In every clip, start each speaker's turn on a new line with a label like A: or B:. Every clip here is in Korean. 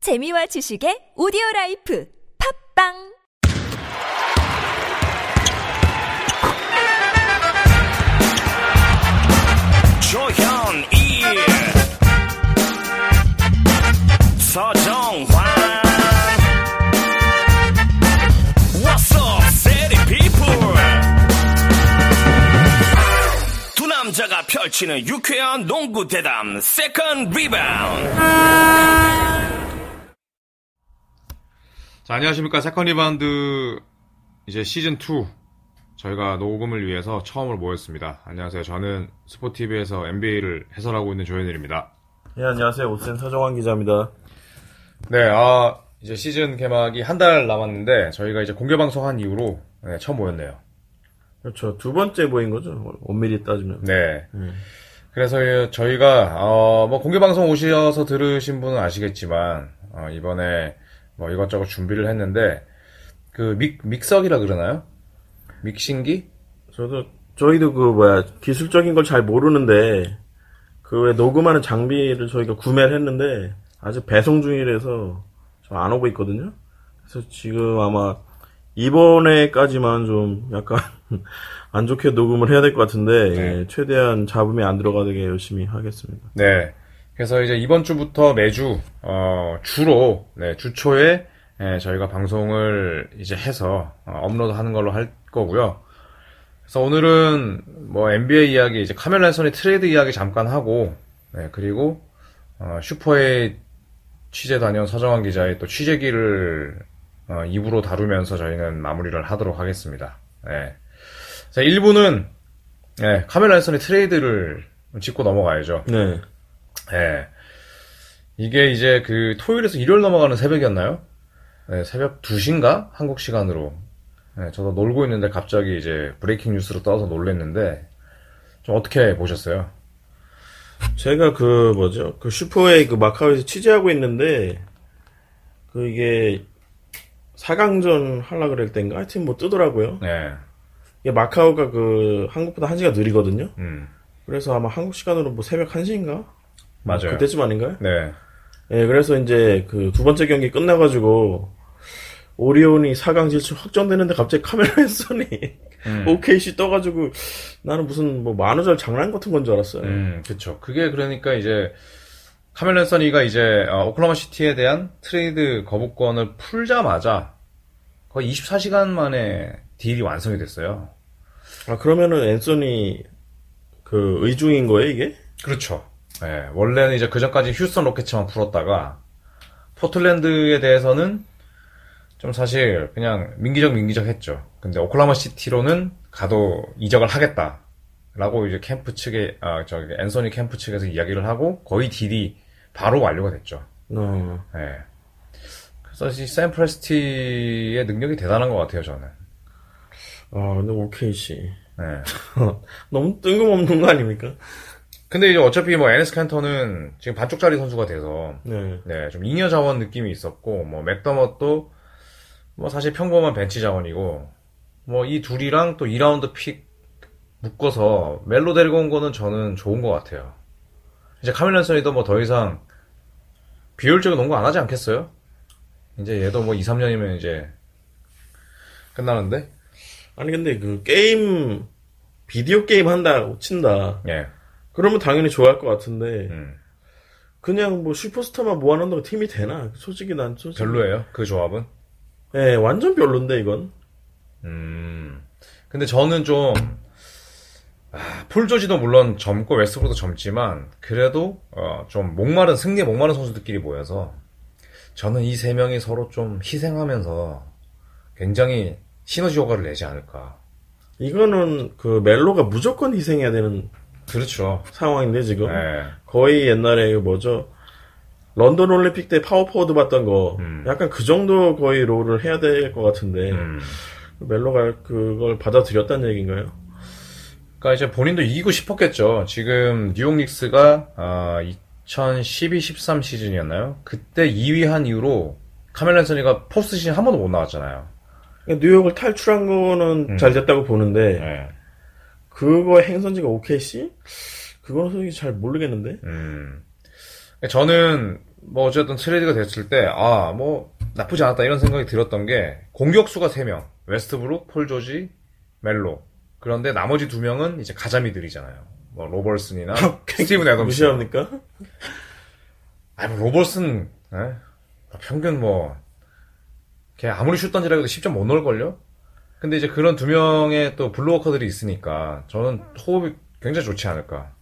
A: 재미와 지식의 오디오 라이프 팝빵
B: 조현이 서정환 What's up, city people? 두 남자가 펼치는 유쾌한 농구 대담 세컨 리바운드
C: 자, 안녕하십니까. 세컨 리바운드 이제 시즌2. 저희가 녹음을 위해서 처음으로 모였습니다. 안녕하세요. 저는 스포티비에서 NBA를 해설하고 있는 조현일입니다.
D: 예, 안녕하세요. 오센 서정환 기자입니다.
C: 네, 아, 이제 시즌 개막이 한 달 남았는데 저희가 이제 공개 방송한 이후로 네, 처음 모였네요.
D: 그렇죠. 두 번째 모인 거죠. 엄밀히 따지면.
C: 네. 그래서 예, 저희가 어, 뭐 공개 방송 오셔서 들으신 분은 아시겠지만 어, 이번에 뭐 이것저것 준비를 했는데 그 믹, 믹서기라 그러나요? 믹싱기?
D: 저도, 저희도 그, 뭐야, 기술적인 걸 잘 모르는데, 그 왜 녹음하는 장비를 저희가 구매를 했는데, 아직 배송 중이라서 좀 안 오고 있거든요. 그래서 지금 아마 이번에까지만 좀 약간 안 좋게 녹음을 해야 될 것 같은데,
C: 네.
D: 예, 최대한 잡음이 안 들어가게 열심히 하겠습니다.
C: 네. 그래서 이제 이번 주부터 매주 어, 주로 네, 주 초에 예, 저희가 방송을 이제 해서 어, 업로드하는 걸로 할 거고요. 그래서 오늘은 뭐 NBA 이야기 이제 카멜 랜선의 트레이드 이야기 잠깐 하고 네, 그리고 어, 슈퍼의 취재 다녀온 서정환 기자의 또 취재기를 어, 2부로 다루면서 저희는 마무리를 하도록 하겠습니다. 네. 자, 1부는 예, 카멜 랜선의 트레이드를 짚고 넘어가야죠.
D: 네.
C: 예. 이게 이제 그 토요일에서 일요일 넘어가는 새벽이었나요? 네, 새벽 2시인가? 한국 시간으로. 예, 저도 놀고 있는데 갑자기 이제 브레이킹 뉴스로 떠서 놀랬는데, 좀 어떻게 보셨어요?
D: 제가 그 뭐죠 그 슈퍼웨이 그 마카오에서 취재하고 있는데 그 이게 4강전 하려 그럴 땐가 하여튼 뭐 뜨더라고요
C: 네,
D: 이게 마카오가 그 한국보다 1시간 느리거든요
C: 음,
D: 그래서 아마 한국 시간으로 뭐 새벽 1시인가
C: 맞아요.
D: 그때쯤 아닌가요?
C: 네,
D: 예 그래서 이제 그 두 번째 경기 끝나가지고 오리온이 4강 진출 확정되는데 갑자기 카메라에 쏘니
C: 음.
D: OKC 떠가지고 나는 무슨 뭐 만우절 장난 같은 건 줄 알았어요
C: 음, 그쵸. 그게 그러니까 이제, 카멜런서니가 이제, 어, 오클라마 시티에 대한 트레이드 거부권을 풀자마자, 거의 24시간 만에 딜이 완성이 됐어요.
D: 아 그러면은 앤서니 그 의중인 거예요 이게?
C: 그렇죠. 예, 원래는 이제 그전까지 휴스턴 로켓츠만 풀었다가 포틀랜드에 대해서는 좀 사실 그냥 민기적 민기적 했죠. 근데 오클라마 시티로는 가도 이적을 하겠다라고 이제 캠프 측에 아 저기 앤서니 캠프 측에서 이야기를 하고 거의 딜이 바로 완료가 됐죠.
D: 어.
C: 예. 그래서 이 샌프레스티의 능력이 대단한 것 같아요 저는.
D: 아 근데 OKC
C: 예.
D: 너무 뜬금없는 거 아닙니까?
C: 근데 이제 어차피 뭐 에네스 칸터는 지금 반쪽짜리 선수가 돼서
D: 네.
C: 네, 좀 잉여 자원 느낌이 있었고, 뭐, 맥더머도, 뭐, 사실 평범한 벤치 자원이고, 뭐, 이 둘이랑 또 2라운드 픽 묶어서 멜로 데리고 온 거는 저는 좋은 것 같아요. 이제 카밀런슨이도 뭐 더 이상 비효율적인 농구 안 하지 않겠어요? 이제 얘도 뭐 2, 3년이면 이제 끝나는데?
D: 아니 근데 그 게임 비디오 게임 한다고 친다.
C: 예.
D: 그러면 당연히 좋아할 것 같은데
C: 음,
D: 그냥 뭐 슈퍼스타만 모아놓는다고 팀이 되나? 솔직히 난 솔직히
C: 별로예요, 그 조합은.
D: 예, 완전 별론데 이건.
C: 음. 근데 저는 좀, 아, 폴 조지도 물론 젊고 웨스브로도 젊지만, 그래도, 어, 좀 목마른, 승리에 목마른 선수들끼리 모여서, 저는 이 세 명이 서로 좀 희생하면서 굉장히 시너지 효과를 내지 않을까.
D: 이거는 그 멜로가 무조건 희생해야 되는
C: 그렇죠.
D: 상황인데 지금
C: 네.
D: 거의 옛날에 그 뭐죠? 런던 올림픽 때 파워포워드 봤던 거
C: 음.
D: 약간 그 정도 거의 롤을 해야 될 것 같은데
C: 음.
D: 멜로가 그걸 받아들였다는 얘기인가요?
C: 그러니까 이제 본인도 이기고 싶었겠죠. 지금 뉴욕 닉스가 아, 2012-13 시즌이었나요? 그때 2위 한 이후로 카멜란슨이가 포스트 시즌 한 번도 못 나왔잖아요.
D: 그러니까 뉴욕을 탈출한 거는
C: 음.
D: 잘 됐다고 보는데
C: 네.
D: 그거 행선지가 OKC? 그거는 솔직히 잘 모르겠는데
C: 음. 저는 뭐 어쨌든 트레이드가 됐을 때, 아, 뭐, 나쁘지 않았다 이런 생각이 들었던 게, 공격수가 3명. 웨스트브룩, 폴 조지, 멜로. 그런데 나머지 2명은 이제 가자미들이잖아요. 뭐, 로벌슨이나 스티븐 애덤스.
D: 무시합니까?
C: 아, 뭐, 로벌슨, 예? 뭐 평균 뭐, 걔 아무리 슛 던지라 해도 10점 못 넣을걸요? 근데 이제 그런 두 명의 또 블루워커들이 있으니까, 저는 호흡이 굉장히 좋지 않을까.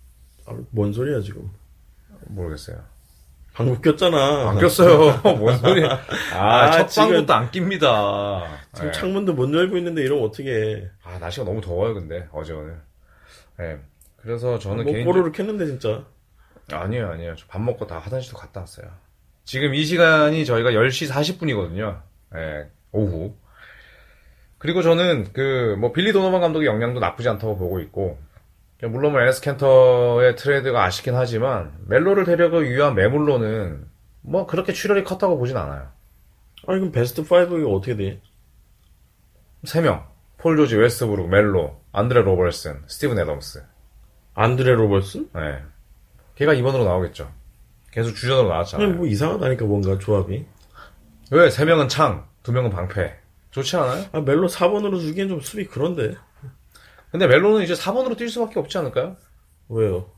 D: 아, 뭔 소리야 지금?
C: 모르겠어요.
D: 방금 꼈잖아.
C: 안 꼈어요. 뭔 소리야. 아,
D: 아,
C: 첫
D: 지금-
C: 방부터 안 낍니다.
D: 지금
C: 예.
D: 창문도 못 열고 있는데 이러면 어떻게 해?
C: 아, 날씨가 너무 더워요, 근데, 어제 오늘. 예. 그래서 저는
D: 뭐
C: 개인
D: 뽀로로 켰는데 진짜.
C: 아니에요, 아니에요. 저 밥 먹고 다 화장실도 갔다 왔어요. 지금 이 시간이 저희가 10시 40분이거든요. 예, 오후. 그리고 저는 그, 뭐, 빌리 도노반 감독의 역량도 나쁘지 않다고 보고 있고, 물론 뭐, 에스 켄터의 트레이드가 아쉽긴 하지만, 멜로를 데려가기 위한 매물로는, 뭐, 그렇게 출혈이 컸다고 보진 않아요.
D: 아니 그럼 베스트 5가 어떻게 돼?
C: 3명. 폴 조지, 웨스브룩, 멜로, 안드레 로벌슨, 스티븐 애덤스.
D: 안드레 로버슨?
C: 예. 걔가 2번으로 나오겠죠. 계속 주전으로
D: 아니
C: 나왔잖아요.
D: 뭐 이상하다니까 뭔가 조합이.
C: 왜? 3명은 창, 2명은 방패. 좋지 않아요?
D: 아 멜로 4번으로 주기엔 좀 수비 그런데.
C: 근데 멜로는 이제 4번으로 뛸 수밖에 없지 않을까요?
D: 왜요?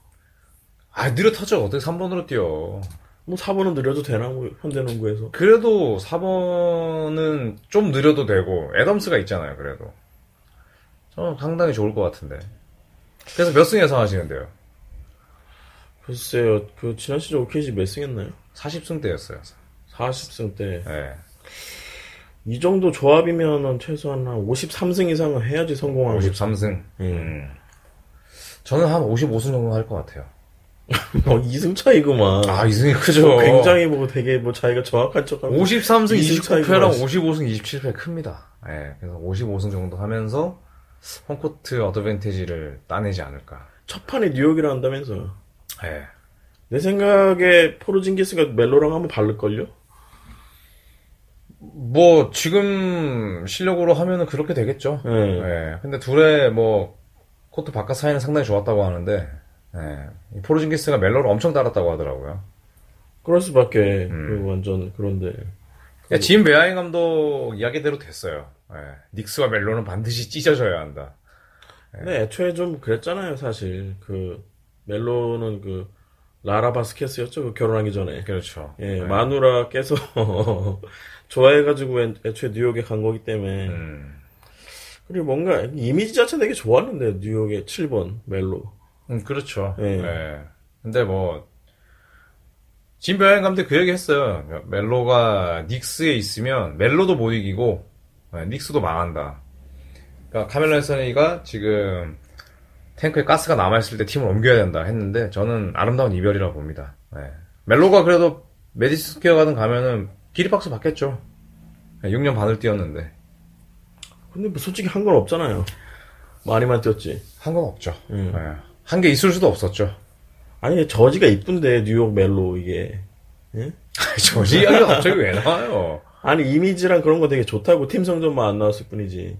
C: 아, 느려터져. 어떻게 3번으로 뛰어.
D: 뭐 4번은 늘려도 되나 뭐 현대농구에서.
C: 그래도 4번은 좀 느려도 되고, 애덤스가 있잖아요, 그래도. 저는 상당히 좋을 것 같은데. 그래서 몇 승 예상하시는데요?
D: 글쎄요. 그 지난 시즌 OKG 몇 승했나요?
C: 40승 때였어요.
D: 40승 때.
C: 예.
D: 이 정도 조합이면은 최소한 한 53승 이상은 해야지 성공하고.
C: 53승.
D: 네.
C: 음. 저는 한 55승 정도 할 것 같아요.
D: 어, 2승 차이구만.
C: 아, 2승이 크죠.
D: 굉장히 뭐 되게 뭐 자기가 정확한 척하고.
C: 53승
D: 20
C: 29패랑
D: 차이구나.
C: 55승 27패 큽니다. 예, 그래서 55승 정도 하면서 홈코트 어드밴티지를 따내지 않을까.
D: 첫 판에 뉴욕이라 한다면서.
C: 예.
D: 내 생각에 포르징기스가 멜로랑 한번 바를걸요?
C: 뭐 지금 실력으로 하면은 그렇게 되겠죠.
D: 예.
C: 예. 근데 둘의 뭐 코트 바깥 사이는 상당히 좋았다고 하는데 예. 이 포르징기스가 멜로를 엄청 따랐다고 하더라고요.
D: 그럴 수밖에.
C: 음.
D: 그 완전 그런데.
C: 그러니까 짐 베아인 감독 이야기대로 됐어요. 예. 닉스와 멜로는 반드시 찢어져야 한다.
D: 근데 애초에 좀 그랬잖아요, 사실. 그 멜로는 그 라라 바스켓이었죠, 그 결혼하기 전에.
C: 그렇죠.
D: 예, 마누라께서 좋아해가지고 애- 애초에 뉴욕에 간 거기 때문에.
C: 음.
D: 그리고 뭔가 이미지 자체 되게 좋았는데 뉴욕의 7번 멜로.
C: 음, 그렇죠.
D: 예.
C: 예. 근데 뭐, 짐 베어인 감독이 그 얘기 했어요. 멜로가 닉스에 있으면 멜로도 못 이기고, 예, 닉스도 망한다. 그러니까 카멜론 선이가 지금 탱크에 가스가 남아있을 때 팀을 옮겨야 된다 했는데, 저는 아름다운 이별이라고 봅니다. 예. 멜로가 그래도 메디슨 스퀘어 가든 가면은 기립박수 받겠죠. 예, 6년 반을 뛰었는데.
D: 근데 뭐 솔직히 한 건 없잖아요. 많이만 뛰었지.
C: 한 건 없죠. 예.
D: 음.
C: 한 게 있을 수도 없었죠.
D: 아니 저지가 이쁜데 뉴욕 멜로 이게. 예?
C: 저지 이야기가 갑자기 왜 나와요?
D: 아니 이미지랑 그런 거 되게 좋다고 팀 성적만 안 나왔을 뿐이지.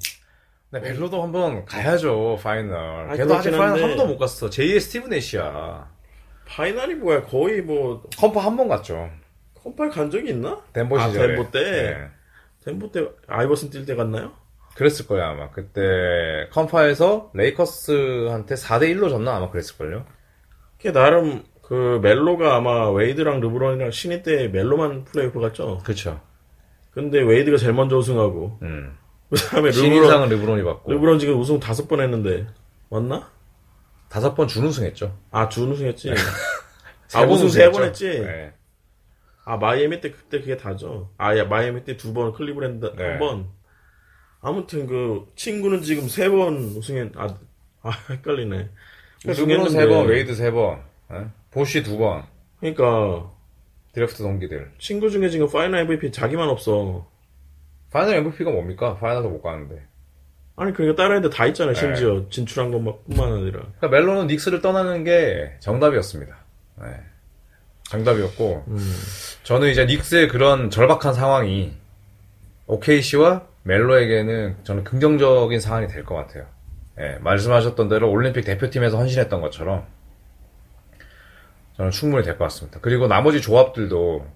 C: 네, 멜로도 한번 가야죠, 파이널.
D: 아,
C: 걔도 아직
D: 그렇긴
C: 파이널 한
D: 한데.
C: 번도 못 갔어. 제2의 스티븐 애쉬야.
D: 파이널이 뭐야? 거의 뭐
C: 컴퍼 한 번 갔죠.
D: 컴팔 간 적이 있나?
C: 덴버
D: 아,
C: 시절에.
D: 덴버 때?
C: 예.
D: 덴버 때 아이버슨 뛸 때 갔나요?
C: 그랬을 거예요, 아마. 그때 컴퍼에서 레이커스한테 4대1로 졌나? 아마 그랬을걸요.
D: 걔 나름 그 멜로가 아마 웨이드랑 르브론이랑 신인 때 멜로만 플레이오프 갔죠.
C: 그쵸.
D: 근데 웨이드가 제일 먼저 우승하고
C: 음.
D: 그다음에 르브론
C: 신인상은 르브론이 받고.
D: 르브론 지금 우승 다섯 번 했는데 맞나?
C: 다섯 번 준우승 했죠.
D: 아 준우승 했지.
C: 세
D: 아
C: 번
D: 우승 세
C: 우승했죠.
D: 번 했지.
C: 예.
D: 아 마이애미 때 그때 그게 다죠. 아 야, 마이애미 때 두 번, 클리브랜드
C: 네.
D: 한 번. 아무튼 그 친구는 지금 세 번 우승했 아, 아 헷갈리네.
C: 르브론 세 번, 웨이드 세 번, 예? 보쉬 두 번,
D: 그러니까
C: 드래프트 동기들.
D: 친구 중에 지금 파이널 MVP 자기만 없어.
C: 파이널 MVP가 뭡니까? 파이널도 못 가는데.
D: 아니 그러니까 다른 애들 다
C: 네.
D: 있잖아. 심지어 진출한 것뿐만 아니라.
C: 그러니까 멜로는 닉스를 떠나는 게 정답이었습니다. 네. 정답이었고 저는 이제 닉스의 그런 절박한 상황이 OKC와 멜로에게는 저는 긍정적인 상황이 될 것 같아요. 네. 예, 말씀하셨던 대로 올림픽 대표팀에서 헌신했던 것처럼 저는 충분히 될 것 같습니다. 그리고 나머지 조합들도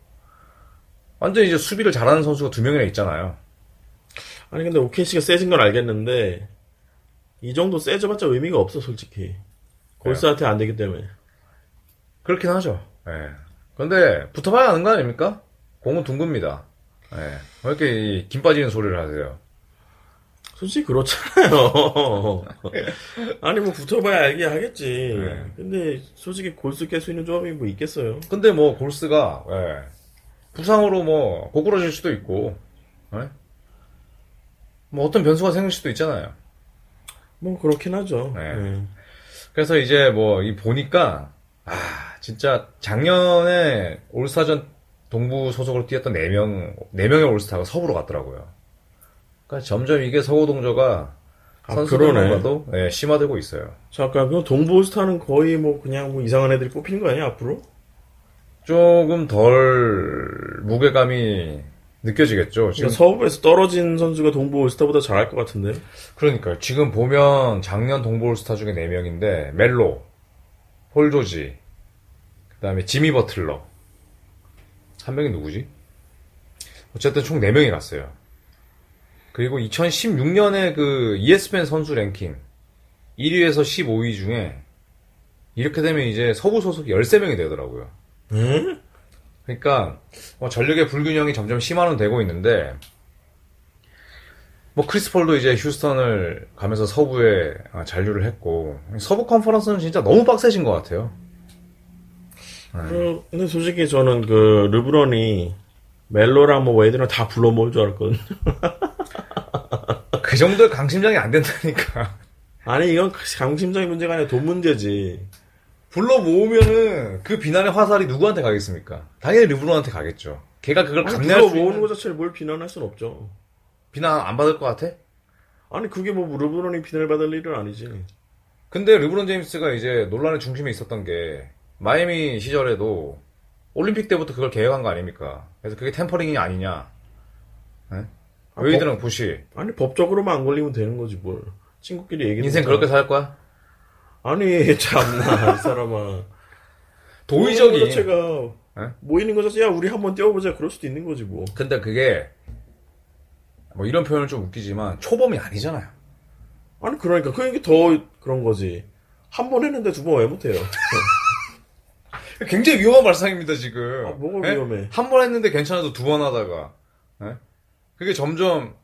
C: 완전 이제 수비를 잘하는 선수가 두 명이나 있잖아요.
D: 아니 근데 OKC가 세진 건 알겠는데 이 정도 세져봤자 의미가 없어 솔직히 골스한테 안 되기 때문에
C: 그렇긴 하죠. 예. 근데 붙어봐야 아는 거 아닙니까? 공은 둥굽니다. 예. 왜 이렇게 이김 빠지는 소리를 하세요?
D: 솔직히 그렇잖아요. 아니 뭐 붙어봐야 알게 하겠지.
C: 네.
D: 근데 솔직히 골수 깰 수 있는 조합이 뭐 있겠어요?
C: 근데 뭐 골스가 예. 부상으로 뭐 고꾸라질 수도 있고, 예? 뭐 어떤 변수가 생길 수도 있잖아요.
D: 뭐 그렇긴 하죠.
C: 네.
D: 네.
C: 그래서 이제 뭐 이 보니까 아 진짜 작년에 올스타전 동부 소속으로 뛰었던 4명 4명의 올스타가 서부로 갔더라고요. 그러니까 점점 이게 서구 동조가
D: 아,
C: 선수들과도 예, 심화되고 있어요.
D: 자 아까 그 동부스타는 거의 뭐 그냥 뭐 이상한 애들이 뽑히는 거 아니야 앞으로?
C: 조금 덜 무게감이 느껴지겠죠. 지금
D: 그러니까 서부에서 떨어진 선수가 동부스타보다 잘할 것 같은데.
C: 그러니까요. 지금 보면 작년 동부올스타 중에 4명인데 멜로, 폴 조지, 그다음에 지미 버틀러. 한 명이 누구지? 어쨌든 총 4명이 났어요. 그리고 2016년에 그 ESPN 선수 랭킹 1위에서 15위 중에 이렇게 되면 이제 서부 소속이 13명이 되더라고요.
D: 응?
C: 그러니까 어, 전력의 불균형이 점점 심화는 되고 있는데 뭐 크리스폴도 이제 휴스턴을 가면서 서부에 아, 잔류를 했고 서부 컨퍼런스는 진짜 너무 빡세신 것 같아요. 네.
D: 그, 근데 솔직히 저는 그 르브론이 멜로랑 뭐 웨이드랑 다 불러 모을 줄 알았거든.
C: 그 정도의 강심장이 안 된다니까.
D: 아니 이건 그 강심장의 문제가 아니라 돈 문제지.
C: 불러 모으면은 그 비난의 화살이 누구한테 가겠습니까? 당연히 르브론한테 가겠죠. 걔가 그걸
D: 아니,
C: 감내할
D: 불러
C: 수
D: 모으는
C: 있는
D: 것 자체를 뭘 비난할 순 없죠.
C: 비난 안 받을 것 같아?
D: 아니 그게 뭐 르브론이 비난을 받을 일은 아니지.
C: 근데 르브론 제임스가 이제 논란의 중심에 있었던 게 마이애미 시절에도 올림픽 때부터 그걸 계획한 거 아닙니까? 그래서 그게 템퍼링이 아니냐? 예?
D: 아,
C: 웨이드랑 부시
D: 아니 법적으로만 안 걸리면 되는 거지 뭘. 친구끼리 얘기.
C: 인생 그렇게 살 거야?
D: 아니 참나 이 사람아. 모이는 것
C: 도의적인.
D: 자체가
C: 예?
D: 모이는 거 자체야 우리 한번 뛰어보자 그럴 수도 있는 거지 뭐.
C: 근데 그게 뭐 이런 표현은 좀 웃기지만 초범이 아니잖아요.
D: 아니 그러니까 그게 더 그런 거지. 한 번 했는데 두 번 왜 못해요?
C: 굉장히 위험한 발상입니다 지금. 예?
D: 아, 뭐가 위험해?
C: 한 번 했는데 괜찮아도 두 번 하다가 예? 그게 점점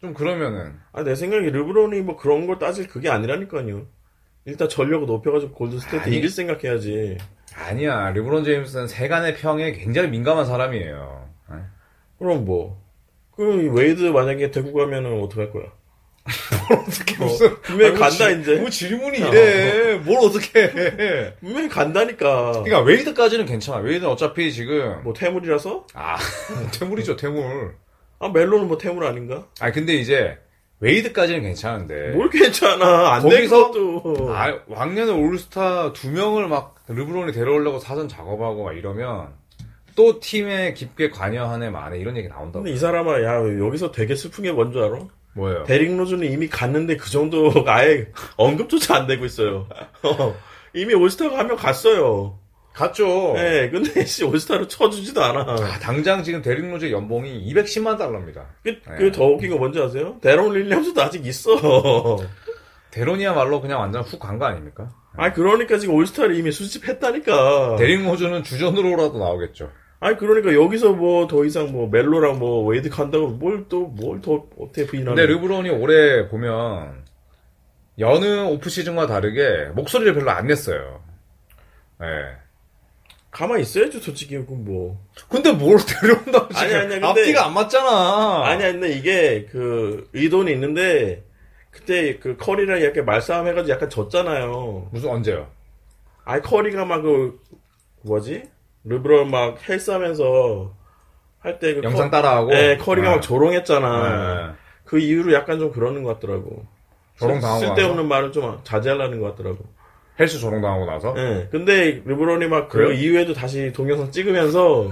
C: 좀 그러면은
D: 아, 내 생각에 르브론이 뭐 그런 걸 따질 그게 아니라니까요. 일단 전력을 높여가지고 골드스테이트
C: 아니.
D: 이길 생각해야지.
C: 아니야 르브론 제임스는 세간의 평에 굉장히 민감한 사람이에요. 예?
D: 그럼 뭐. 그럼 웨이드 만약에 대구 가면은 어떡할 거야?
C: 어떻게
D: 무슨- 분명히 간다, 이제. 어.
C: 뭐 질문이 이래. 뭘 어떻게 해.
D: 분명히 간다니까.
C: 그러니까 웨이드까지는 괜찮아. 웨이드는 어차피 지금
D: 뭐 태물이라서?
C: 아 퇴물이죠 퇴물.
D: 아 멜로는 뭐 태물 아닌가?
C: 아 근데 이제 웨이드까지는 괜찮은데.
D: 뭘 괜찮아 안
C: 네. 거기서-
D: 되것도
C: 아, 왕년에 올스타 두 명을 막 르브론이 데려오려고 사전 작업하고 막 이러면 또 팀에 깊게 관여한 애 만에 이런 얘기 나온다고.
D: 근데 이 사람아 야 여기서 되게 슬픈 게 뭔 줄 알아?
C: 뭐예요?
D: 데릭 로즈는 이미 갔는데 그 정도가 아예 언급조차 안 되고 있어요 어, 이미 올스타가 한 명 갔어요
C: 갔죠.
D: 네, 근데 씨 올스타로 쳐주지도 않아
C: 아, 당장 지금 데릭 로즈의 연봉이 210만 달러입니다.
D: 그,
C: 네.
D: 그더 웃긴 거 뭔지 아세요? 데론 릴리엄스도 아직 있어
C: 데론이야말로 그냥 완전 훅 간 거 아닙니까?
D: 아 그러니까 지금 올스타를 이미 수집했다니까
C: 데릭 로즈는 주전으로라도 나오겠죠.
D: 아니 그러니까 여기서 뭐 더 이상 뭐 멜로랑 뭐 웨이드 간다고 뭘 또 뭘 더 어떻게
C: 근데
D: 부인하는
C: 르브론이 올해 보면 여느 오프 시즌과 다르게 목소리를 별로 안 냈어요. 예.
D: 가만히 있어야죠 솔직히 그건 뭐
C: 근데 뭘 데려온다고 지금
D: 아니, 아니, 근데-
C: 앞뒤가 안 맞잖아.
D: 아니 근데 이게 그 의도는 있는데 그때 그 커리랑 약간 말싸움 해가지고 약간 졌잖아요
C: 무슨 언제요?
D: 아이 커리가 막 그 뭐지 르브론 막 헬스하면서 할 때그
C: 영상 따라하고.
D: 네, 커리가
C: 예.
D: 막 조롱했잖아
C: 예.
D: 그 이후로 약간 좀 그러는 것 같더라고
C: 네. 조롱 당하고
D: 쓸데없는 말을 좀 자제하려는 것 같더라고
C: 헬스 조롱 당하고 나서
D: 예. 근데 르브론이 막 그
C: 그래요?
D: 이후에도 다시 동영상 찍으면서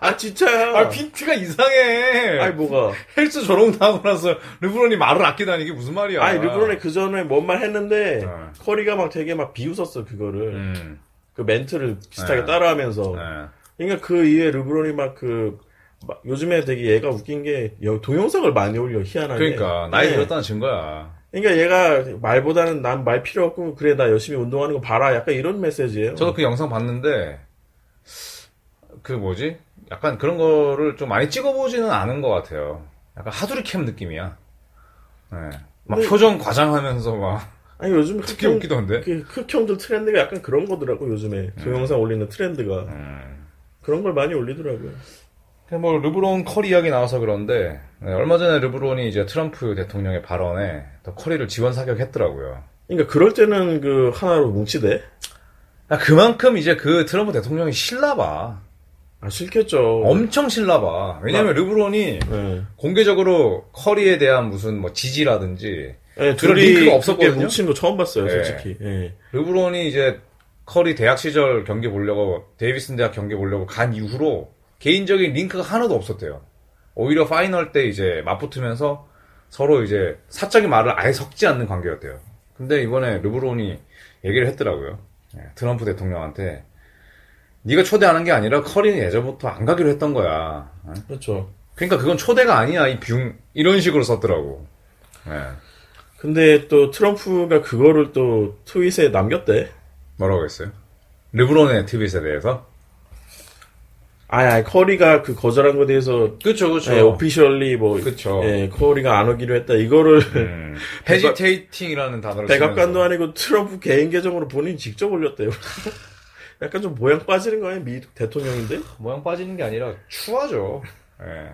D: 아 진짜야.
C: 아 빈트가 이상해.
D: 아니, 뭐가?
C: 헬스 조롱 당하고 나서 르브론이 말을 아끼다니 이게 무슨 말이야?
D: 아니 르브론이 그 전에 뭔 말 했는데
C: 어.
D: 커리가 막 되게 막 비웃었어 그거를.
C: 음.
D: 그 멘트를 비슷하게 따라하면서
C: 네.
D: 그러니까 그 이후에 르브론이 막 그 요즘에 되게 얘가 웃긴 게 여- 동영상을 많이 올려 희한하게
C: 그러니까 나이
D: 네.
C: 들었다는 증거야.
D: 그러니까 얘가 말보다는 난 말 필요 없고 그래 나 열심히 운동하는 거 봐라 약간 이런 메시지예요.
C: 저도 그 영상 봤는데 그 뭐지? 약간 그런 거를 좀 많이 찍어보지는 않은 것 같아요. 약간 하두리 캠 느낌이야. 네. 막
D: 근데-
C: 표정 과장하면서 막
D: 아니 요즘
C: 특히
D: 흑형-
C: 웃기던데.
D: 그 흑형들 트렌드가 약간 그런 거더라고
C: 음.
D: 요즘에 동영상 올리는 트렌드가 그런 걸 많이 올리더라고요.
C: 근데 뭐 르브론 커리 이야기 나와서 그런데 네, 얼마 전에 르브론이 이제 트럼프 대통령의 발언에 또 커리를 지원 사격했더라고요.
D: 그러니까 그럴 때는 그 하나로 뭉치대.
C: 아, 그만큼 이제 그 트럼프 대통령이 실나봐.
D: 아 싫겠죠.
C: 엄청 실나봐. 왜냐면 르브론이
D: 예.
C: 공개적으로 커리에 대한 무슨 뭐 지지라든지
D: 예,
C: 그런
D: 둘이
C: 링크가
D: 없었게
C: 없었거든요?
D: 뭉친 거 처음 봤어요,
C: 예.
D: 솔직히. 예.
C: 르브론이 이제 커리 대학 시절 경기 보려고 데이비슨 대학 경기 보려고 간 이후로 개인적인 링크가 하나도 없었대요. 오히려 파이널 때 이제 맞붙으면서 서로 이제 사적인 말을 아예 섞지 않는 관계였대요. 근데 이번에 르브론이 얘기를 했더라고요. 예, 트럼프 대통령한테 네가 초대하는 게 아니라 커리는 예전부터 안 가기로 했던 거야. 어?
D: 그렇죠.
C: 그러니까 그건 초대가 아니야 이 뷰 이런 식으로 썼더라고. 예.
D: 근데 또 트럼프가 그거를 또 트윗에 남겼대.
C: 뭐라고 했어요? 르브론의 트윗에 대해서?
D: 아니, 아니, 커리가 그 거절한 거에 대해서
C: 그렇죠, 그렇죠.
D: 예, 오피셜리 뭐
C: 그쵸.
D: 예, 커리가 안 오기로 했다. 이거를
C: 음. 헤지테이팅이라는 단어를
D: 백악관도
C: 쓰면서.
D: 아니고 트럼프 개인 계정으로 본인이 직접 올렸대요. 약간 좀 모양 빠지는 거 아니야? 미국 대통령인데?
C: 모양 빠지는 게 아니라 추하죠. 예.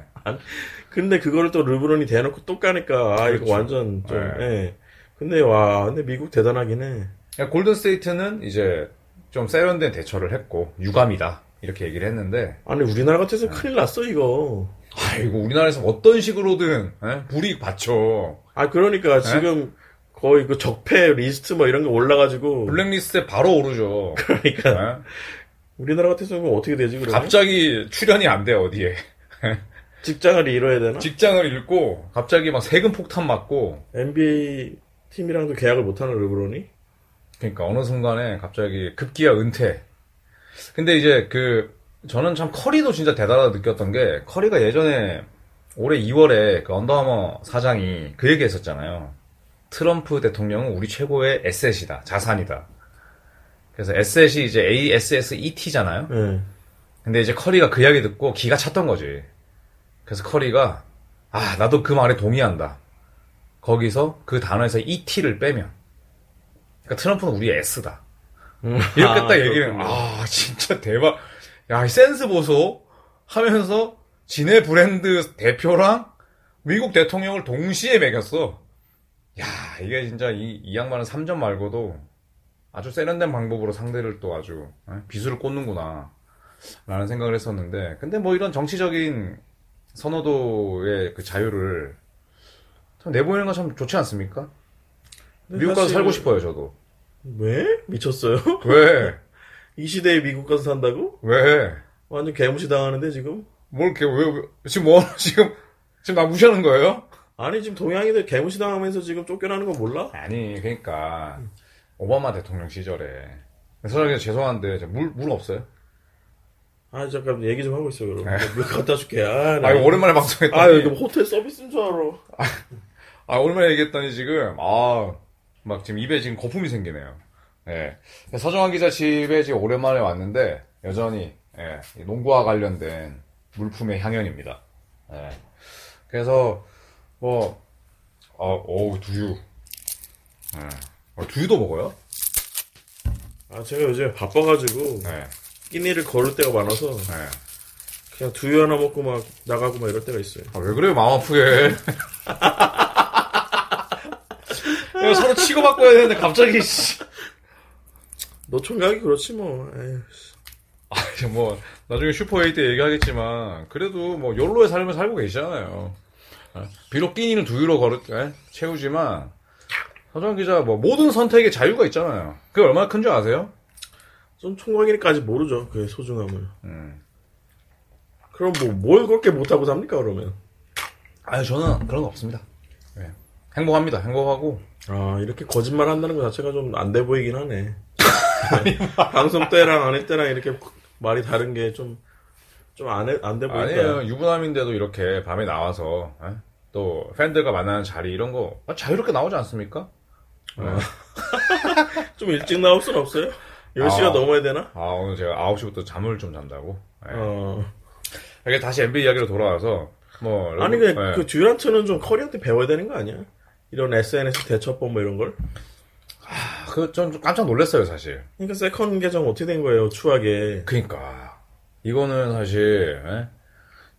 D: 근데 그거를 또 르브론이 대놓고 또 까니까 아 이거
C: 그렇죠.
D: 완전 좀
C: 예.
D: 예. 근데 와 근데 미국 대단하긴 해.
C: 그러니까 골든 스테이트는 이제 좀 세련된 대처를 했고 유감이다 이렇게 얘기를 했는데
D: 아니 우리나라 같아서 큰일 났어 이거.
C: 아이고 우리나라에서 어떤 식으로든 예? 불이익 받죠.
D: 아 그러니까
C: 네?
D: 지금 거의 그 적폐 리스트 뭐 이런 거 올라가지고
C: 블랙리스트에 바로 오르죠.
D: 그러니까
C: 예?
D: 우리나라 같았으면 어떻게 되지 그러면?
C: 갑자기 출연이 안 돼 어디에
D: 직장을 잃어야 되나?
C: 직장을 잃고 갑자기 막 세금 폭탄 맞고
D: NBA 팀이랑도 계약을 못하는 르브론이?
C: 그러니까 어느 순간에 갑자기 급기야 은퇴. 근데 이제 그 저는 참 커리도 진짜 대단하다 느꼈던 게 커리가 예전에 올해 2월에 그 언더아머 사장이 그 얘기했었잖아요. 트럼프 대통령은 우리 최고의 에셋이다, 자산이다. 그래서 에셋이 이제 E ASSET잖아요.
D: 예.
C: 근데 이제 커리가 그 이야기 듣고 기가 찼던 거지. 그래서 커리가 아 나도 그 말에 동의한다. 거기서 그 단어에서 ET를 빼면 그러니까 트럼프는 우리 S다. 이렇게
D: 아,
C: 딱 얘기를
D: 그렇군요.
C: 아 진짜 대박. 야이 센스 보소 하면서 지네 브랜드 대표랑 미국 대통령을 동시에 매겼어. 야 이게 진짜 이, 이 양반은 3점 말고도 아주 세련된 방법으로 상대를 또 아주 에? 비수를 꽂는구나. 라는 생각을 했었는데, 근데 뭐 이런 정치적인 선호도의 그 자유를 참 내보이는 건 참 좋지 않습니까? 미국 가서
D: 사실-
C: 살고 싶어요, 저도.
D: 왜? 미쳤어요?
C: 왜?
D: 이 시대에 미국 가서 산다고?
C: 왜?
D: 완전 개무시 당하는데 지금?
C: 뭘 이렇게, 왜, 왜- 지금 뭐, 지금, 지금 나 무시하는 거예요?
D: 아니 지금 동양인들 개무시 당하면서 지금 쫓겨나는 거 몰라?
C: 아니, 그러니까, 오바마 대통령 시절에. 사장님 죄송한데, 저 물, 물 없어요?
D: 아 잠깐 얘기 좀 하고 있어 그럼. 물 갖다 줄게. 아, 나
C: 아,
D: 이거-
C: 이거 오랜만에 방송했다.
D: 아 이거 호텔 서비스인 줄 알아.
C: 아, 오랜만에 얘기했더니 지금, 아, 막 지금 입에 지금 거품이 생기네요. 예. 서정환 기자 집에 지금 오랜만에 왔는데, 여전히, 예, 이 농구와 관련된 물품의 향연입니다. 예. 그래서, 뭐, 아, 어우, 두유. 예. 어, 두유도 먹어요?
D: 아 제가 요즘에 바빠가지고
C: 예,
D: 끼니를 걸을 때가 많아서
C: 예.
D: 그냥 두유 하나 먹고 막 나가고 막 이럴 때가 있어요.
C: 아, 왜 그래요? 마음 아프게. 이거 서로 치고받고 해야 되는데, 갑자기, 씨.
D: 너 총각이 그렇지 뭐. 에휴, 씨.
C: 아, 이제 뭐, 나중에 슈퍼에이 때 얘기하겠지만, 그래도 뭐, 욜로의 삶을 살고 계시잖아요. 아, 비록 끼니는 두유로 걸을, 예? 채우지만, 서정 기자, 뭐, 모든 선택에 자유가 있잖아요. 그게 얼마나 큰 줄 아세요?
D: 전 총각이니까 아직 모르죠 그 소중함을.
C: 음.
D: 그럼 뭐 뭘 그렇게 못하고 삽니까 그러면?
C: 아 저는 그런 거 없습니다. 예. 행복합니다. 행복하고,
D: 아 이렇게 거짓말 한다는 것 자체가 좀 안 돼 보이긴 하네. 방송 때랑 안 할 때랑 이렇게 말이 다른 게 좀 좀 안 안 돼 보니까
C: 아니에요. 유부남인데도 이렇게 밤에 나와서 에? 또 팬들과 만나는 자리 이런 거 아, 자유롭게 나오지 않습니까?
D: 좀 일찍 나올 순 없어요? 10시가
C: 아.
D: 넘어야 되나?
C: 아 오늘 제가 9시부터 잠을 좀 잔다고. 예.
D: 어.
C: 이게 다시 NBA 이야기로 돌아와서 뭐
D: 아니 그,
C: 예.
D: 그 듀란트는 좀 커리어 때 배워야 되는 거 아니야? 이런 SNS 대처법 뭐 이런 걸?
C: 그, 전좀 깜짝 놀랐어요, 사실.
D: 그러니까 세컨 계정 어떻게 된 거예요? 추하게
C: 그니까. 이거는 사실,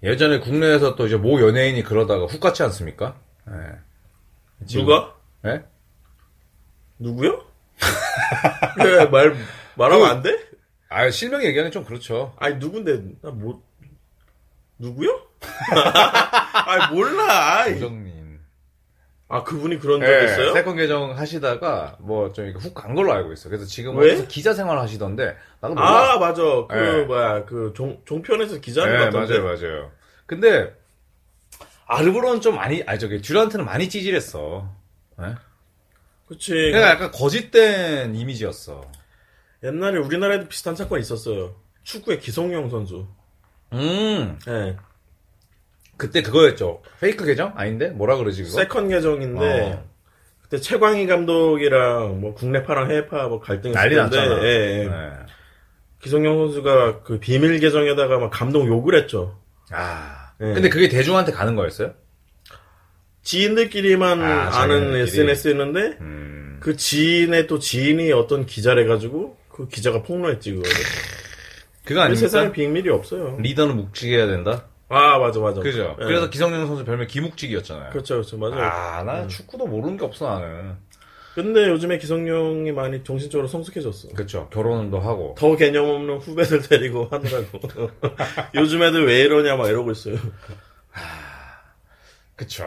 C: 예? 전에 국내에서 또 이제 모 연예인이 그러다가 훅 갔지 않습니까? 예. 지금-
D: 누가?
C: 예?
D: 누구요? 왜 말 말하면 안 돼?
C: 아, 실명 얘기하는 좀 그렇죠.
D: 아니 누군데 나 뭐 누구요? 아 몰라. 아이.
C: 고정님.
D: 아 그분이 그런 적
C: 예,
D: 있어요?
C: 세컨 계정 하시다가 뭐 좀 이렇게 훅 간 걸로 알고 있어. 그래서 지금
D: 왜?
C: 어디서 기자 생활 하시던데 나도 몰라.
D: 아 맞아 그
C: 예.
D: 뭐야 그 종, 종편에서
C: 예,
D: 기자인 것 같던데
C: 맞아요, 맞아요. 근데 아르브론 좀 많이, 아니 저기 듀란트는 많이 찌질했어. 예?
D: 그치
C: 그러니까 약간 거짓된 이미지였어.
D: 옛날에 우리나라에도 비슷한 사건이 있었어요 축구의 기성용 선수
C: 음,
D: 예.
C: 그때 그거였죠. 페이크 계정? 아닌데? 뭐라 그러지, 그거?
D: 세컨 계정인데
C: 어.
D: 그때 최광희 감독이랑 뭐 국내파랑 해외파 뭐 갈등이
C: 난리
D: 있었는데,
C: 났잖아.
D: 예, 예.
C: 네.
D: 기성용 선수가 그 비밀 계정에다가 막 감독 욕을 했죠
C: 아.
D: 예.
C: 근데 그게 대중한테 가는 거였어요?
D: 지인들끼리만
C: 아,
D: 아, 는
C: 자기네들끼리.
D: SNS였는데
C: 음.
D: 그 지인의 또 지인이 어떤 기자를 해가지고 그 기자가 폭로했지 그거
C: 그거
D: 그
C: 아닙니까?
D: 세상에 비밀이 없어요
C: 리더는 묵직해야 된다?
D: 아 맞아 맞아
C: 그죠?
D: 예.
C: 그래서 기성용 선수 별명 기묵직이었잖아요.
D: 그렇죠, 그렇죠, 맞아요.
C: 아, 나 축구도 모르는 게 없어, 나는.
D: 근데 요즘에 기성용이 많이 정신적으로 성숙해졌어.
C: 그렇죠. 결혼도 하고.
D: 더 개념 없는 후배들 데리고 하느라고. 요즘 애들 왜 이러냐 막 이러고 있어요.
C: 그쵸.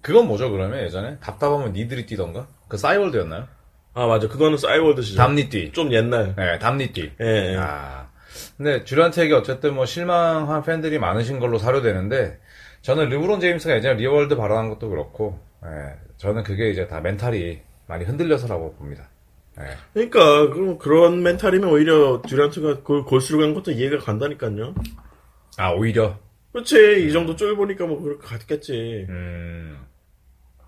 C: 그건 뭐죠, 그러면 예전에? 답답하면 니들이 뛰던가? 그 싸이월드였나요?
D: 아 맞아, 그거는 사이월드 시절.
C: 담니 뛰.
D: 좀 옛날.
C: 네, 담니 뛰.
D: 예. 예.
C: 아, 근데 듀란트에게 어쨌든 뭐 실망한 팬들이 많으신 걸로 사료되는데 저는 르브론 제임스가 예전에 리월드 발언한 것도 그렇고 예, 저는 그게 이제 다 멘탈이 많이 흔들려서라고 봅니다. 예.
D: 그러니까 그, 그런 멘탈이면 오히려 듀란트가 그걸 골수로 간 것도 이해가 간다니까요.
C: 아 오히려
D: 그렇지, 이 정도 쫄보니까 뭐 그렇게 갔겠지.
C: 음,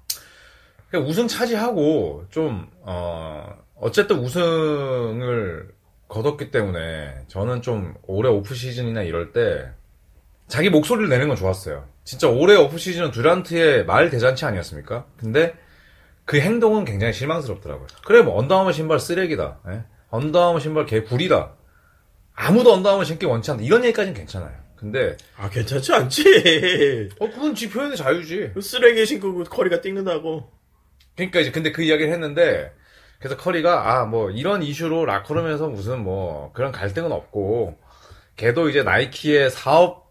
C: 그냥 그러니까 우승 차지하고 좀 어, 어쨌든 우승을 거뒀기 때문에 저는 좀 올해 오프 시즌이나 이럴 때 자기 목소리를 내는 건 좋았어요. 진짜 올해 오프 시즌은 듀란트의 말 대잔치 아니었습니까? 근데 그 행동은 굉장히 실망스럽더라고요. 그래 뭐 언더아머 신발 쓰레기다. 예? 언더아머 신발 개 구리다. 아무도 언더아머 신기 원치 않다. 이런 얘기까지는 괜찮아요. 근데
D: 아 괜찮지 않지.
C: 어 그건 지 표현의 자유지.
D: 그 쓰레기 신고 그 커리가 띵는다고.
C: 그러니까 이제 근데 그 이야기를 했는데 그래서 커리가 아 뭐 이런 이슈로 라커룸에서 무슨 뭐 그런 갈등은 없고 걔도 이제 나이키의 사업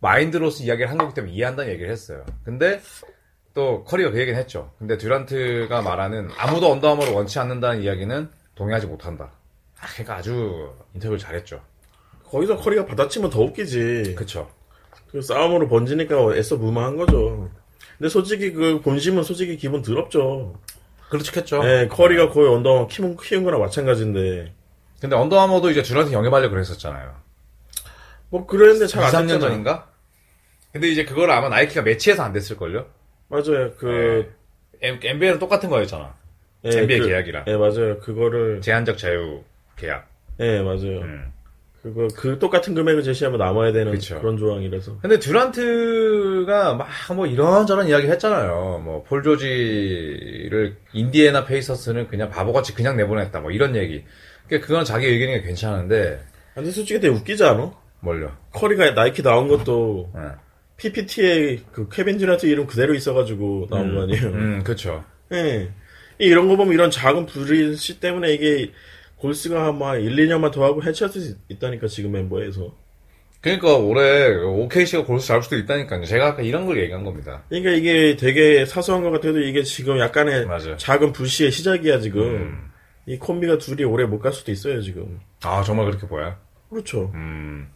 C: 마인드로서 이야기를 한 거기 때문에 이해한다는 얘기를 했어요. 근데 또 커리가 그 얘기는 했죠. 근데 듀란트가 말하는 아무도 언더아머를 원치 않는다는 이야기는 동의하지 못한다. 아, 걔가 아주 인터뷰를 잘했죠.
D: 거기서 커리가 받아치면 더 웃기지.
C: 그쵸.
D: 그 싸움으로 번지니까 애써 무마한 거죠. 근데 솔직히 그 본심은 솔직히 기분 더럽죠.
C: 그렇겠죠.
D: 네, 커리가 거의 언더 키운, 키운 거나 마찬가지인데.
C: 근데 언더아머도 이제 듀란트 영입하려고 그랬었잖아요.
D: 뭐 그랬는데
C: 2,
D: 잘안
C: 3년
D: 됐잖아.
C: 전인가? 근데 이제 그걸 아마 나이키가 매치해서 안 됐을걸요?
D: 맞아요. 그
C: NBA는 똑같은 거였잖아.
D: 예,
C: NBA
D: 그-
C: 네. 계약이랑
D: 예, 맞아요. 그거를
C: 제한적 자유 계약.
D: 예, 맞아요.
C: 음.
D: 그거 그 똑같은 금액을 제시하면 남아야 되는
C: 그쵸.
D: 그런 조항이라서.
C: 근데 듀란트가 막 뭐 이런저런 이야기 했잖아요. 뭐 폴 조지를 인디애나 페이서스는 그냥 바보같이 그냥 내보냈다. 뭐 이런 얘기. 그러니까 그건 자기 의견이 괜찮은데
D: 아, 근데 솔직히 되게 웃기지 않아?
C: 뭘요?
D: 커리가 나이키 나온 것도
C: 예.
D: PPT에 그 케빈 듀란트 이름 그대로 있어가지고 나온 거 아니에요?
C: 음, 그렇죠.
D: 예. 이- 이런 거 보면 이런 작은 불일시 때문에 이게 골스가 뭐 막 1, 2년만 더 하고 해체할 수 있- 있다니까 지금 멤버에서.
C: 그러니까 올해 OKC가 골수 잡을 수도 있다니까요. 제가 아까 이런 걸 얘기한 겁니다.
D: 그러니까 이게 되게 사소한 것 같아도 이게 지금 약간의
C: 맞아요. 음.
D: 작은 불씨의 시작이야 지금. 이 콤비가 둘이 오래 못 갈 수도 있어요 지금.
C: 아 정말 그렇게 보여?
D: 그렇죠.
C: 음.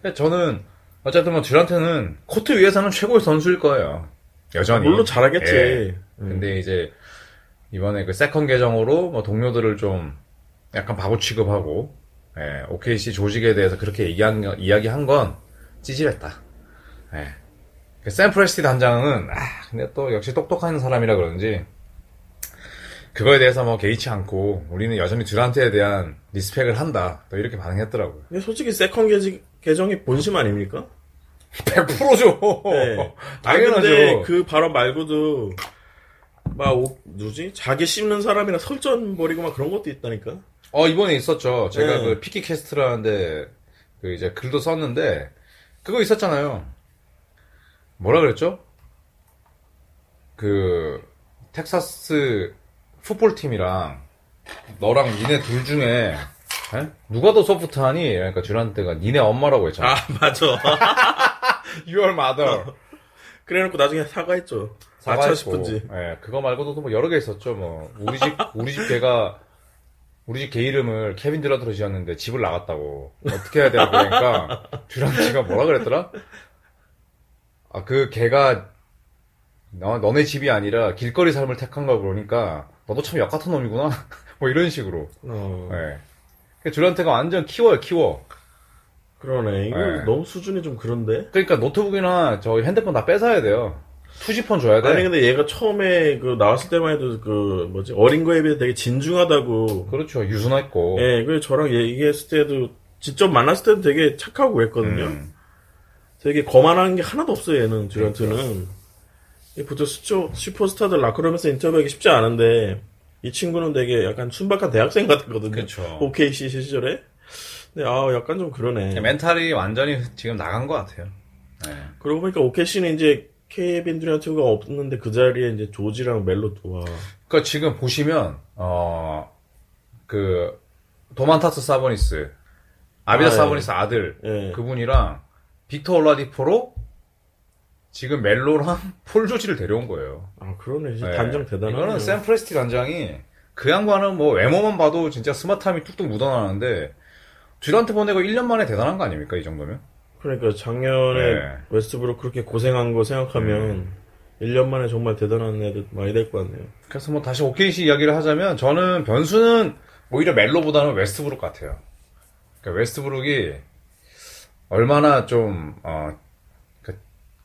C: 근데 저는 어쨌든 뭐 듀란트는 코트 위에서는 최고의 선수일 거예요. 음. 여전히.
D: 물론 잘하겠지.
C: 예. 근데 이제 이번에 그 세컨 계정으로 뭐 동료들을 좀 약간 바보 취급하고 예, OKC 조직에 대해서 그렇게 얘기한 거- 이야기한 건 찌질했다. 예. 그 샌프레스티 단장은 아 근데 또 역시 똑똑한 사람이라 그런지 그거에 대해서 뭐 개의치 않고 우리는 여전히 듀란트에 대한 리스펙을 한다. 또 이렇게 반응했더라고요.
D: 근데 솔직히 세컨 계지, 계정이 본심 아닙니까?
C: 100%죠.
D: 네.
C: 당연하죠.
D: 근데 그 발언 말고도 막 오- 누구지? 자기 씹는 사람이랑 설전 벌이고 막 그런 것도 있다니까.
C: 어 이번에 있었죠. 제가
D: 네.
C: 그 피키 캐스트라는데 그 이제 글도 썼는데 그거 있었잖아요. 뭐라 그랬죠? 그 텍사스 풋볼 팀이랑 너랑 니네 둘 중에 에? 누가 더 소프트하니? 그러니까 듀란트가 니네 엄마라고 했잖아. 어.
D: 아 맞아.
C: Your mother.
D: 그래놓고 나중에 사과했죠. 아차
C: 사과했고.
D: 싶은지.
C: 예, 그거 말고도 뭐 여러 개 있었죠. 뭐 우리 집 우리 집 개가 우리 집 개 이름을 케빈 딜라트로 지었는데 집을 나갔다고 어떻게 해야 되나 그러니까 듀란트가 뭐라 그랬더라? 아 그 개가 너, 너네 집이 아니라 길거리 삶을 택한 걸 보니까 너도 참 역 같은 놈이구나 뭐 이런 식으로
D: 어,
C: 예. 그 듀란트가 완전 키워요 키워
D: 그러네. 이거
C: 네.
D: 너무 수준이 좀 그런데.
C: 그러니까 노트북이나 저 핸드폰 다 뺏어야 돼요 투지폰 줘야 돼
D: 아니 근데 얘가 처음에 그 나왔을 때만 해도 그 뭐지 어린 거에 비해 되게 진중하다고.
C: 그렇죠 유순했고
D: 예, 그래서 저랑 얘기했을 때도 직접 만났을 때도 되게 착하고 그랬거든요.
C: 음.
D: 되게 거만한 게 하나도 없어요,
C: 네,
D: 얘는, 듀란트는. 이 보통 슈퍼, 슈퍼스타들 라커룸에서 인터뷰하기 쉽지 않은데, 이 친구는 되게 약간 순박한 대학생 같았거든요.
C: 그쵸.
D: OKC 시절에. 근데, 아 약간 좀 그러네.
C: 그냥 멘탈이 완전히 지금 나간 것 같아요.
D: 그러고 보니까 OKC는 이제 케빈 듀란트가 없는데 그 자리에 이제 조지랑 멜로, 와.
C: 그러니까 지금 보시면 어그 도만타스 사보니스, 아비다
D: 아, 예.
C: 사보니스 아들
D: 예.
C: 그분이랑 빅터 올라디포로 지금 멜로랑 폴 조지를 데려온 거예요.
D: 아, 그러네. 진짜
C: 예.
D: 단정 대단하네.
C: 이거는 샘 프레스티 단장이 그 양반은 뭐 외모만 봐도 진짜 스마트함이 뚝뚝 묻어나는데 듀란트 보내고 1년 만에 대단한 거 아닙니까 이 정도면?
D: 그러니까 작년에
C: 예.
D: 웨스트브룩 그렇게 고생한 거 생각하면, 1년 만에 정말 대단한 애들 많이 될 것 같네요.
C: 그래서 뭐 다시 OKC 이야기를 하자면 저는 변수는 오히려 멜로보다는 웨스트브룩 같아요. 그러니까 웨스트브룩이 얼마나 좀, 어, 그,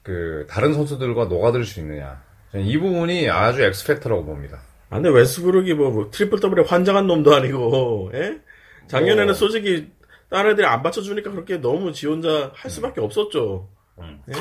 C: 그 다른 선수들과 녹아들 수 있느냐. 저는 이 부분이 아주 엑스팩터라고 봅니다.
D: 아, 근데 웨스브룩이 뭐, 뭐 트리플 더블에 환장한 놈도 아니고 예? 작년에는
C: 뭐.
D: 솔직히 다른 애들이 안 받쳐주니까 그렇게 너무 지 혼자 할 수밖에 없었죠 예?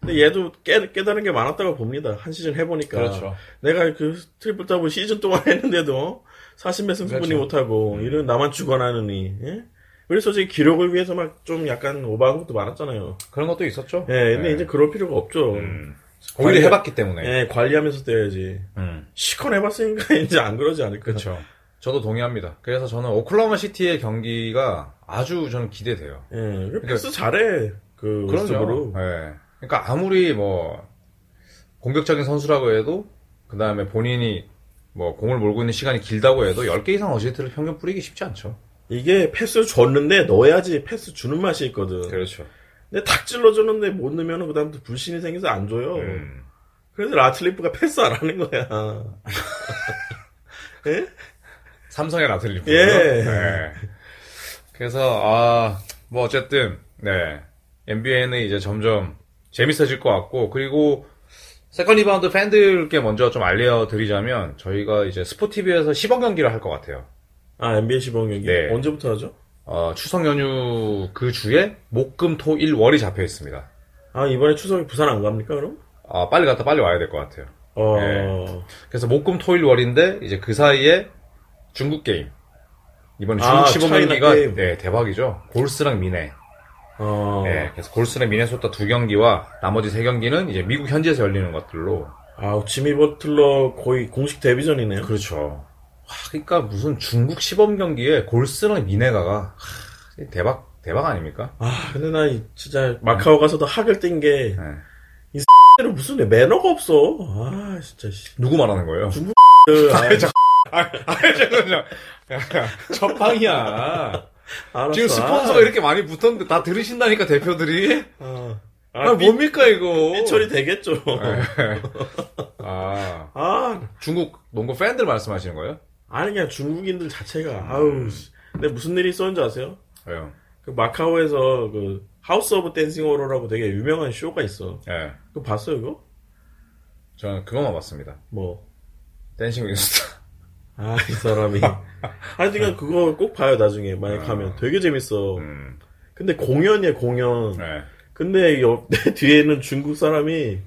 D: 근데 얘도 깨, 깨달은 게 많았다고 봅니다 한 시즌 해보니까
C: 그렇죠. 아,
D: 내가 그 트리플 더블 시즌 동안 했는데도 40몇 승
C: 그렇죠.
D: 분이 못하고 이런 나만 죽어나느니 예? 우리 솔직히 기록을 위해서 막 좀 약간 오버한 것도 많았잖아요
C: 그런 것도 있었죠.
D: 예, 근데
C: 예.
D: 이제 그럴 필요가 없죠
C: 음. 네. 오히려 해봤기 때문에.
D: 예, 관리하면서 돼야지
C: 음.
D: 시컷 해봤으니까 이제 안 그러지 않을까
C: 그렇죠. 저도 동의합니다. 그래서 저는 오클라호마 시티의 경기가 아주 저는 기대돼요.
D: 예, 그 패스 잘해. 그
C: 그러니까 그럼요.
D: 모습으로.
C: 예. 그러니까 아무리 뭐 공격적인 선수라고 해도 그 다음에 본인이 뭐 공을 몰고 있는 시간이 길다고 해도 10개 이상 어시스트를 평균 뿌리기 쉽지 않죠.
D: 이게 패스 줬는데 넣어야지 패스 주는 맛이 있거든.
C: 그렇죠.
D: 근데 탁 찔러줬는데 못 넣으면 그다음부터 불신이 생겨서 안 줘요.
C: 음.
D: 그래서 라틀리프가 패스 안 하는 거야. 예?
C: 삼성의 라틀리프.
D: 예.
C: 네. 그래서 아, 뭐 어쨌든 네. NBA는 이제 점점 재밌어질 것 같고 그리고 세컨 리바운드 팬들께 먼저 좀 알려드리자면 저희가 이제 스포티비에서 시범 경기를 할 것 같아요.
D: 아, NBA 시범 경기.
C: 네.
D: 언제부터 하죠?
C: 어, 추석 연휴 그 주에 목금 토 일 월이 잡혀 있습니다.
D: 아, 이번에 추석에 부산 안 갑니까, 그럼?
C: 아, 빨리 갔다 빨리 와야 될 것 같아요.
D: 어.
C: 네. 그래서 목금 토 일 월인데 이제 그 사이에 중국 게임. 이번에 중국
D: 아,
C: 시범
D: 차이나
C: 경기가
D: 게임.
C: 네, 대박이죠. 골스랑 미네.
D: 어.
C: 네, 그래서 골스랑 미네소타 두 경기와 나머지 세 경기는 이제 미국 현지에서 열리는 것들로
D: 아, 지미 버틀러 거의 공식 데뷔전이네요.
C: 그렇죠. 와, 그러니까 무슨 중국 시범 경기에 골스랑 미네가가 하, 대박 대박 아닙니까?
D: 아, 근데 나 이- 진짜 마카오 가서도 학을 뗀게
C: 음. 네.
D: X들은 무슨 애 매너가 없어. 아, 진짜 씨.
C: 누구 말하는 거예요?
D: 그, 아,
C: 아니, 잠깐만요. 첫방이야.
D: 알았어. 아,
C: 지금 스폰서가 이렇게 많이 붙었는데 다 들으신다니까 대표들이.
D: 아,
C: 아,
D: 아, 미,
C: 뭡니까 이거.
D: 처리 되겠죠.
C: 아
D: 아,
C: 중국 농구 팬들 말씀하시는 거예요?
D: 아니 그냥 중국인들 자체가
C: 음.
D: 아우 씨. 근데 무슨 일이 있었는지 아세요?
C: 왜요?
D: 그 마카오에서 그 하우스 오브 댄싱 오로라고 되게 유명한 쇼가 있어.
C: 예.
D: 그거 봤어요, 이거?
C: 저는 그거만 봤습니다.
D: 뭐.
C: 댄싱 윈스타.
D: 아, 이 사람이. 하여튼 그거 꼭 봐요, 나중에.
C: 아.
D: 만약 하면. 되게 재밌어.
C: 음.
D: 근데 공연이야, 공연.
C: 예.
D: 근데 옆, 내 뒤에 있는 중국 사람이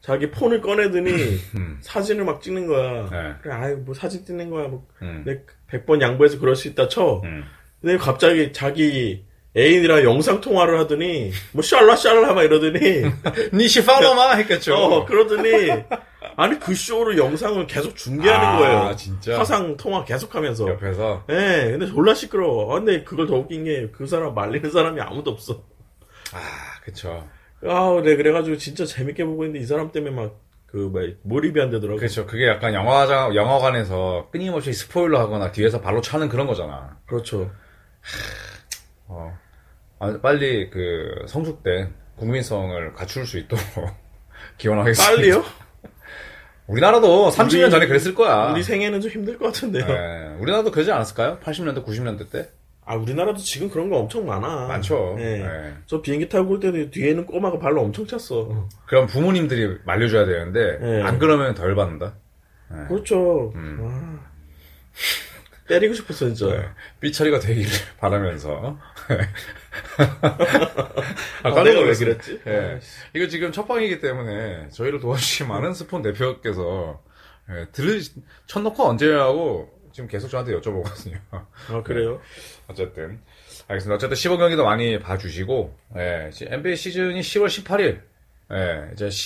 D: 자기 폰을 꺼내더니 사진을 막 찍는 거야.
C: 음. 네.
D: 그래, 아유, 뭐 사진 찍는 거야. 뭐.
C: 음.
D: 내 100번 양보해서 그럴 수 있다 쳐.
C: 음.
D: 근데 갑자기 자기 애인이랑 영상통화를 하더니, 뭐, 샬라, 샬라, 막 이러더니,
C: 네. 니시 팔로마 했겠죠.
D: 어, 그러더니, 아니, 그 쇼를 영상을 계속 중계하는
C: 아,
D: 거예요.
C: 진짜?
D: 화상 통화 계속 하면서.
C: 옆에서
D: 예, 근데 졸라 시끄러워. 아, 근데 그걸 더 웃긴 게 그 사람 말리는 사람이 아무도 없어.
C: 아 그쵸
D: 아우, 네, 그래가지고 진짜 재밌게 보고 있는데 이 사람 때문에 막, 그, 막, 몰입이 안 되더라고.
C: 그렇죠 그게 약간 영화장 영화관에서 끊임없이 스포일러하거나 뒤에서 발로 차는 그런 거잖아
D: 그렇죠.
C: 어 아, 빨리 그 성숙된 국민성을 갖출 수 있도록 기원하겠습니다
D: 빨리요?
C: 우리나라도 30년
D: 우리-
C: 전에 그랬을 거야
D: 우리 생애는 좀 힘들 것 같은데요.
C: 예, 우리나라도 그러지 않았을까요? 80년대 90년대 때
D: 아, 우리나라도 지금 그런 거 엄청 많아.
C: 많죠
D: 예.
C: 예.
D: 저 비행기 타고 올 때도 뒤에는 꼬마가 발로 엄청 찼어.
C: 그럼 부모님들이 말려줘야 되는데
D: 예.
C: 안 그러면 덜 받는다 네.
D: 그렇죠. 아. 때리고 싶었어, 진짜.
C: 음. 네. 삐처리가 되길 바라면서. 아,
D: 아, 내가 왜
C: 놀랐어요.
D: 그랬지?
C: 예. 이거 지금 첫 방이기 때문에 저희를 도와주신 많은 스폰 대표께서 예, 들으 첫 녹화 언제 하고 지금 계속 저한테 여쭤보거든요.
D: 아, 그래요?
C: 어쨌든 알겠습니다. 어쨌든 시범 경기도 많이 봐주시고 예, 이제 NBA 시즌이 10월 18일 예, 이제